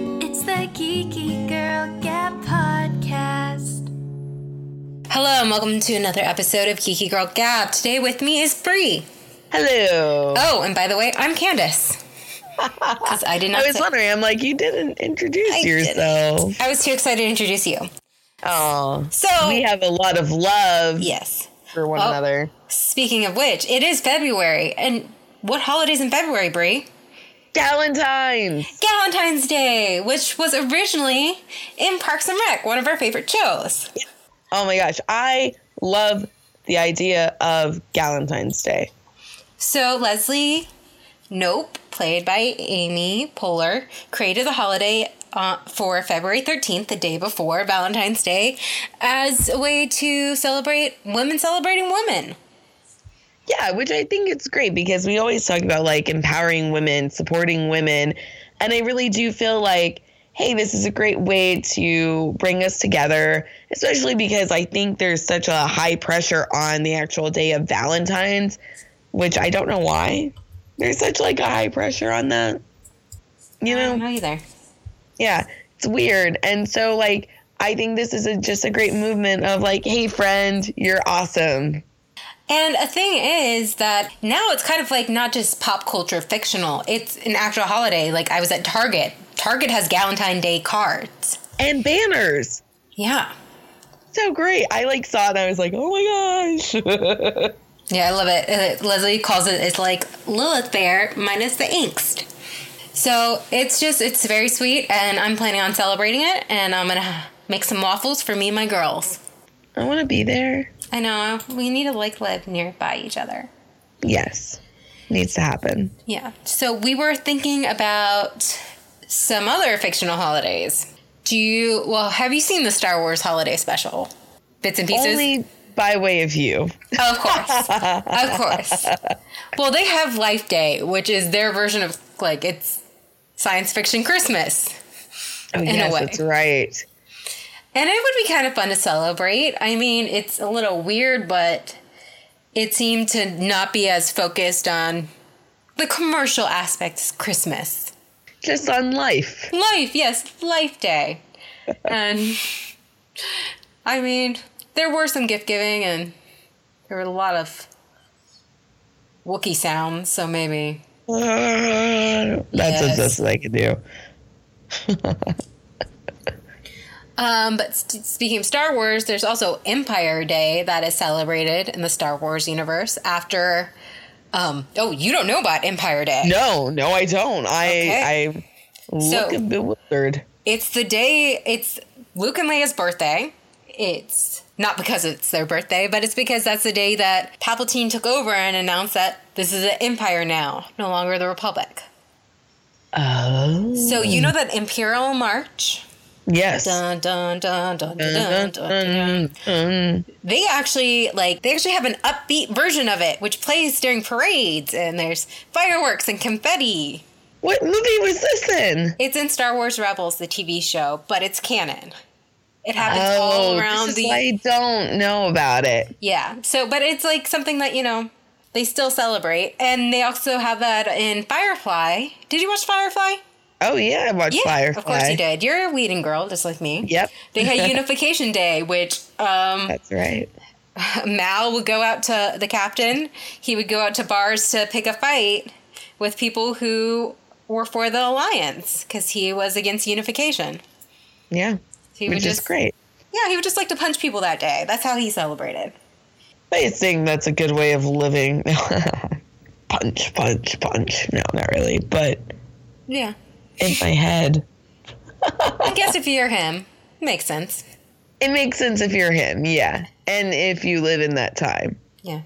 the Geeky Girl Gap Podcast. Hello and welcome to another episode of Geeky Girl Gab. Today with me is Bree. Hello. Oh, and by the way, I'm Candace. Because I did not. I was say- wondering. I'm like, you didn't introduce I didn't. yourself. I was too excited to introduce you. Oh, So we have a lot of love yes. for one Oh. another. Speaking of which, it is February, and what holidays in February, Bree? Galentine's. Valentine's Day, which was originally in Parks and Rec, one of our favorite shows. Oh my gosh, I love the idea of Galentine's Day. So Leslie Nope, played by Amy Poehler, created the holiday uh, for February 13th, the day before Valentine's Day, as a way to celebrate women celebrating women. Yeah, which I think it's great because we always talk about like empowering women, supporting women, and I really do feel like hey, this is a great way to bring us together, especially because I think there's such a high pressure on the actual day of Valentine's, which I don't know why. There's such like a high pressure on that. You I don't know, know either. yeah, it's weird. And so like I think this is a, just a great movement of like, hey friend, you're awesome. And a thing is that now it's kind of like not just pop culture fictional, it's an actual holiday. Like I was at Target, Target has Valentine Day cards. And banners. Yeah. so great. I like saw it. And I was like, oh my gosh. Yeah, I love it. Uh, Leslie calls it it's like Lilith Bear minus the angst. So it's just it's very sweet, and I'm planning on celebrating it, and I'm gonna make some waffles for me and my girls. I want to be there. I know we need to like live nearby each other. Yes, needs to happen. Yeah. So we were thinking about some other fictional holidays. Do you? Well, have you seen the Star Wars holiday special? Bits and pieces. Only by way of you. Of course. of course. Well, they have Life Day, which is their version of like it's science fiction Christmas. Oh a yes, way. that's right. And it would be kind of fun to celebrate. I mean, it's a little weird, but it seemed to not be as focused on the commercial aspects of Christmas. Just on life. Life, yes, Life Day. And I mean, there were some gift giving and there were a lot of Wookiee sounds, so maybe Uh, That's Yes. the best I can do. Um, but st- speaking of Star Wars, there's also Empire Day that is celebrated in the Star Wars universe after. Um, oh, you don't know about Empire Day. No, no, I don't. I Okay. I look So- bewildered. It's the day, it's Luke and Leia's birthday. It's not because it's their birthday, but it's because that's the day that Palpatine took over and announced that this is the Empire now, no longer the Republic. Oh So, you know that Imperial March? yes. Dun, dun, dun, dun, dun, dun, dun, dun. Mm, mm. they actually like they actually have an upbeat version of it which plays during parades and there's fireworks and confetti What movie was this in? it's in star wars rebels the tv show but it's canon it happens all Oh, around this the is why I don't know about it. yeah so but it's like something that you know they still celebrate and they also have that in firefly did you watch firefly Oh yeah, I watched Firefly. of course you did you're a weeding girl just like me Yep. they had unification day which um That's right. Mal would go out to the captain. He would go out to bars to pick a fight with people who were for the alliance because he was against unification. Yeah. He would which just is great. Yeah, he would just like to punch people that day. That's how he celebrated. I think that's a good way of living. punch, punch, punch. No, not really, but Yeah, in my head, I guess if you're him, makes sense. it makes sense if you're him, yeah, and if you live in that time. Yeah.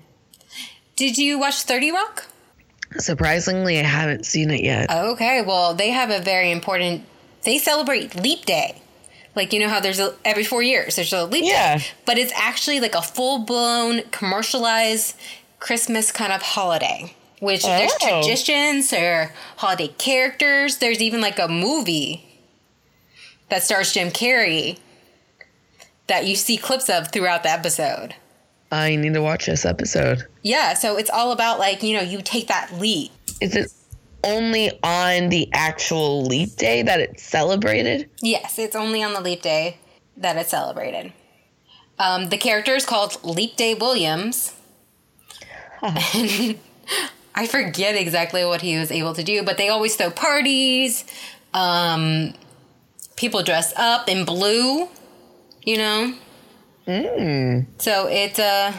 Did you watch Thirty Rock? Surprisingly, I haven't seen it yet. Okay, well they have a very important. They celebrate Leap Day. Like you know how there's a every four years there's a leap Yeah. day, but it's actually like a full blown commercialized Christmas kind of holiday. Which there's Oh. traditions, there are holiday characters. There's even like a movie that stars Jim Carrey that you see clips of throughout the episode. I need to watch this episode. Yeah, so it's all about like you know you take that leap. Is it only on the actual leap day that it's celebrated? Yes, it's only on the leap day that it's celebrated. Um, the character is called Leap Day Williams. I forget exactly what he was able to do, but they always throw parties. Um, people dress up in blue, you know? So it's Uh,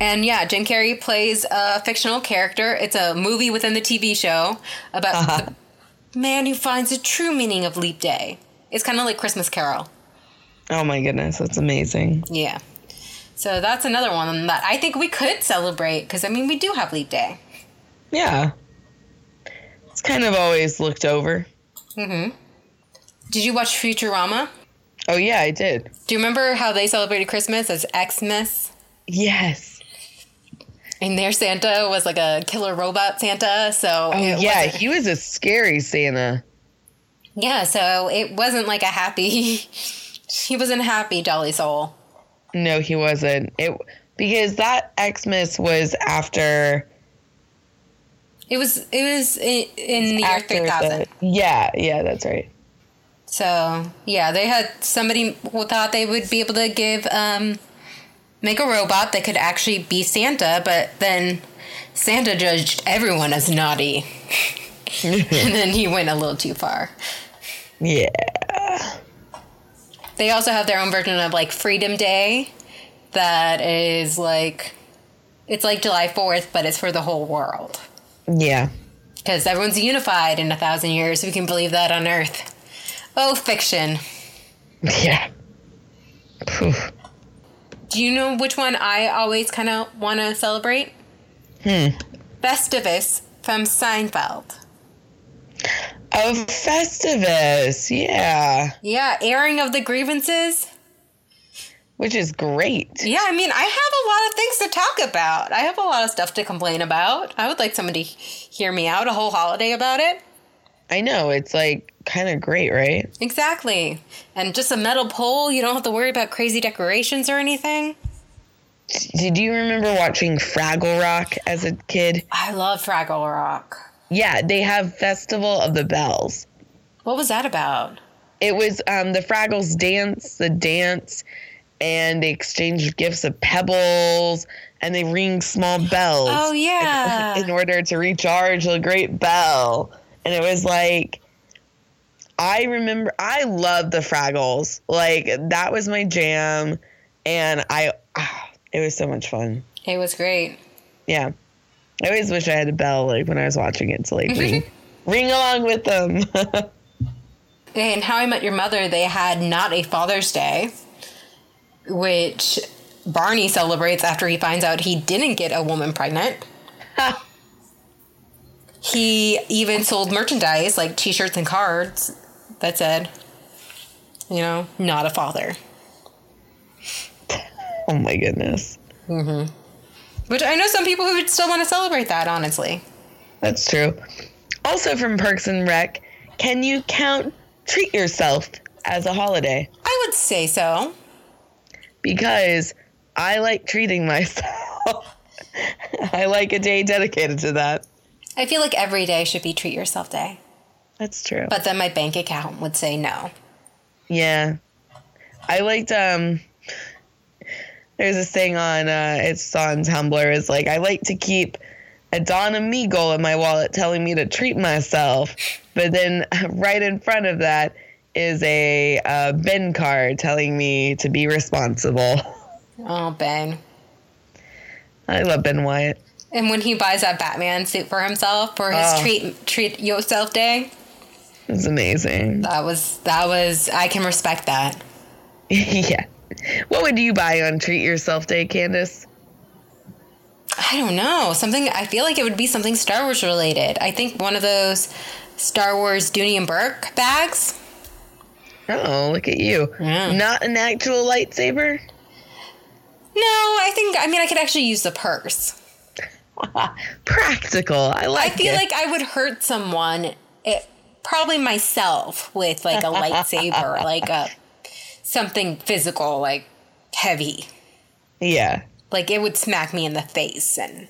and yeah, Jim Carrey plays a fictional character. It's a movie within the TV show about the man who finds the true meaning of Leap Day. It's kind of like Christmas Carol. Oh my goodness, that's amazing. Yeah. So that's another one that I think we could celebrate because I mean we do have Leap Day. Yeah. It's kind of always looked over. Mm-hmm. Did you watch Futurama? Oh yeah, I did. Do you remember how they celebrated Christmas as Xmas? Yes. And their Santa was like a killer robot Santa, so Oh, it Oh, yeah, wasn't- he was a scary Santa. yeah. So it wasn't like a happy. he wasn't a happy, jolly soul. No, he wasn't. It because that Xmas was after It was it was in, in the year after three thousand. the- yeah, yeah, that's right. So yeah, they had somebody who thought they would be able to give um, make a robot that could actually be Santa, but then Santa judged everyone as naughty, and then he went a little too far. Yeah. They also have their own version of like Freedom Day, that is like it's like July Fourth, but it's for the whole world Yeah. because everyone's unified in a thousand years. We can believe that on Earth. Oh, fiction. Yeah. Phew. Do you know which one I always kind of want to celebrate? Hmm. Festivus from Seinfeld. Of Festivus, yeah. Yeah, airing of the grievances. Which is great. Yeah, I mean, I have a lot of things to talk about. I have a lot of stuff to complain about. I would like someone to he- hear me out a whole holiday about it. I know, it's like kind of great, right? Exactly. And just a metal pole, you don't have to worry about crazy decorations or anything. D- Did you remember watching Fraggle Rock as a kid? I love Fraggle Rock. Yeah, they have Festival of the Bells. What was that about? It was um, the Fraggles dance, the dance, and they exchanged gifts of pebbles and they ring small bells. Oh, yeah. in order to recharge the great bell. And it was like, I remember, I loved the Fraggles. Like, that was my jam. And I, ah, it was so much fun. It was great. Yeah. I always wish I had a bell, like, when I was watching it to, like, ring, ring along with them. In How I Met Your Mother, they had not a Father's Day, which Barney celebrates after he finds out he didn't get a woman pregnant. he even sold merchandise like t shirts and cards that said, you know, not a father. oh, my goodness. Which I know some people who would still want to celebrate that, honestly. That's true. Also from Perks and Rec, can you count treat yourself as a holiday? I would say so. Because I like treating myself. I like a day dedicated to that. I feel like every day should be treat yourself day. That's true. But then my bank account would say no. yeah. I liked um there's this thing on uh it's on Tumblr is like I like to keep a Don Amigo in my wallet telling me to treat myself, but then right in front of that is a uh, Ben card telling me to be responsible. Oh, Ben. I love Ben Wyatt. And when he buys that Batman suit for himself for his Oh. treat treat yourself day, It's amazing. that was that was I can respect that. yeah. What would you buy on Treat Yourself Day, Candace? I don't know something. I feel like it would be something Star Wars related. I think one of those Star Wars Dooney and Burke bags. Oh, look at you. Yeah. Not an actual lightsaber? No, I think I mean I could actually use the purse. Practical. I I like feel it. like I would hurt someone, it, probably myself, with like a lightsaber, like a something physical, like heavy. yeah. like it would smack me in the face and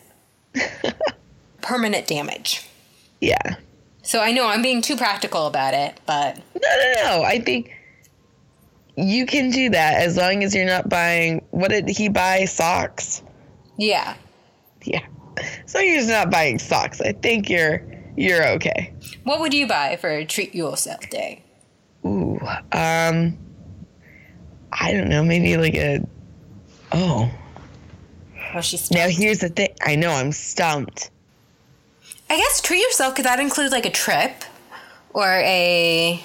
permanent damage. Yeah. So I know I'm being too practical about it, but No, no, no. I think you can do that as long as you're not buying. What did he buy? Socks. yeah. Yeah. So you're just not buying socks. I think you're you're okay. What would you buy for a treat yourself day? Ooh. Um. I don't know. Maybe like a. Oh. Well, she's Now here's the thing. I know I'm stumped. I guess treat yourself could that include like a trip or a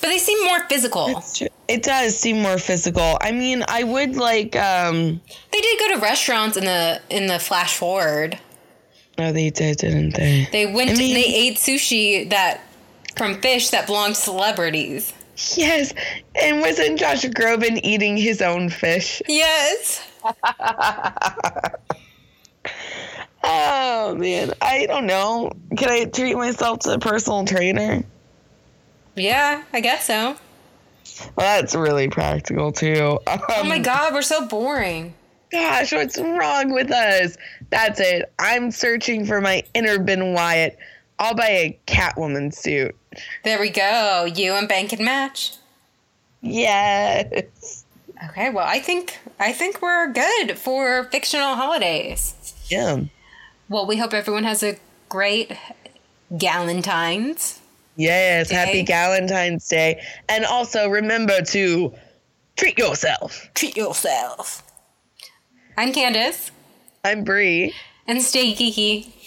but they seem more physical. It's true. It does seem more physical. I mean, I would like. um They did go to restaurants in the in the flash forward. Oh, they did, didn't they? They went I mean- and they ate sushi that from fish that belonged to celebrities. Yes. And wasn't Josh Groban eating his own fish? Yes. Oh man, I don't know. Can I treat myself to a personal trainer? Yeah, I guess so. Well, that's really practical too. Um, Oh my god, we're so boring. gosh, what's wrong with us? That's it. I'm searching for my inner Ben Wyatt. I'll buy a Catwoman suit. There we go. You and Bank and Match. Yes. Okay, well, I think I think we're good for fictional holidays. Yeah. Well, we hope everyone has a great Galentine's. Yes. Happy Day. Valentine's Day, and also remember to treat yourself. Treat yourself. I'm Candace, I'm Bree. and stay geeky.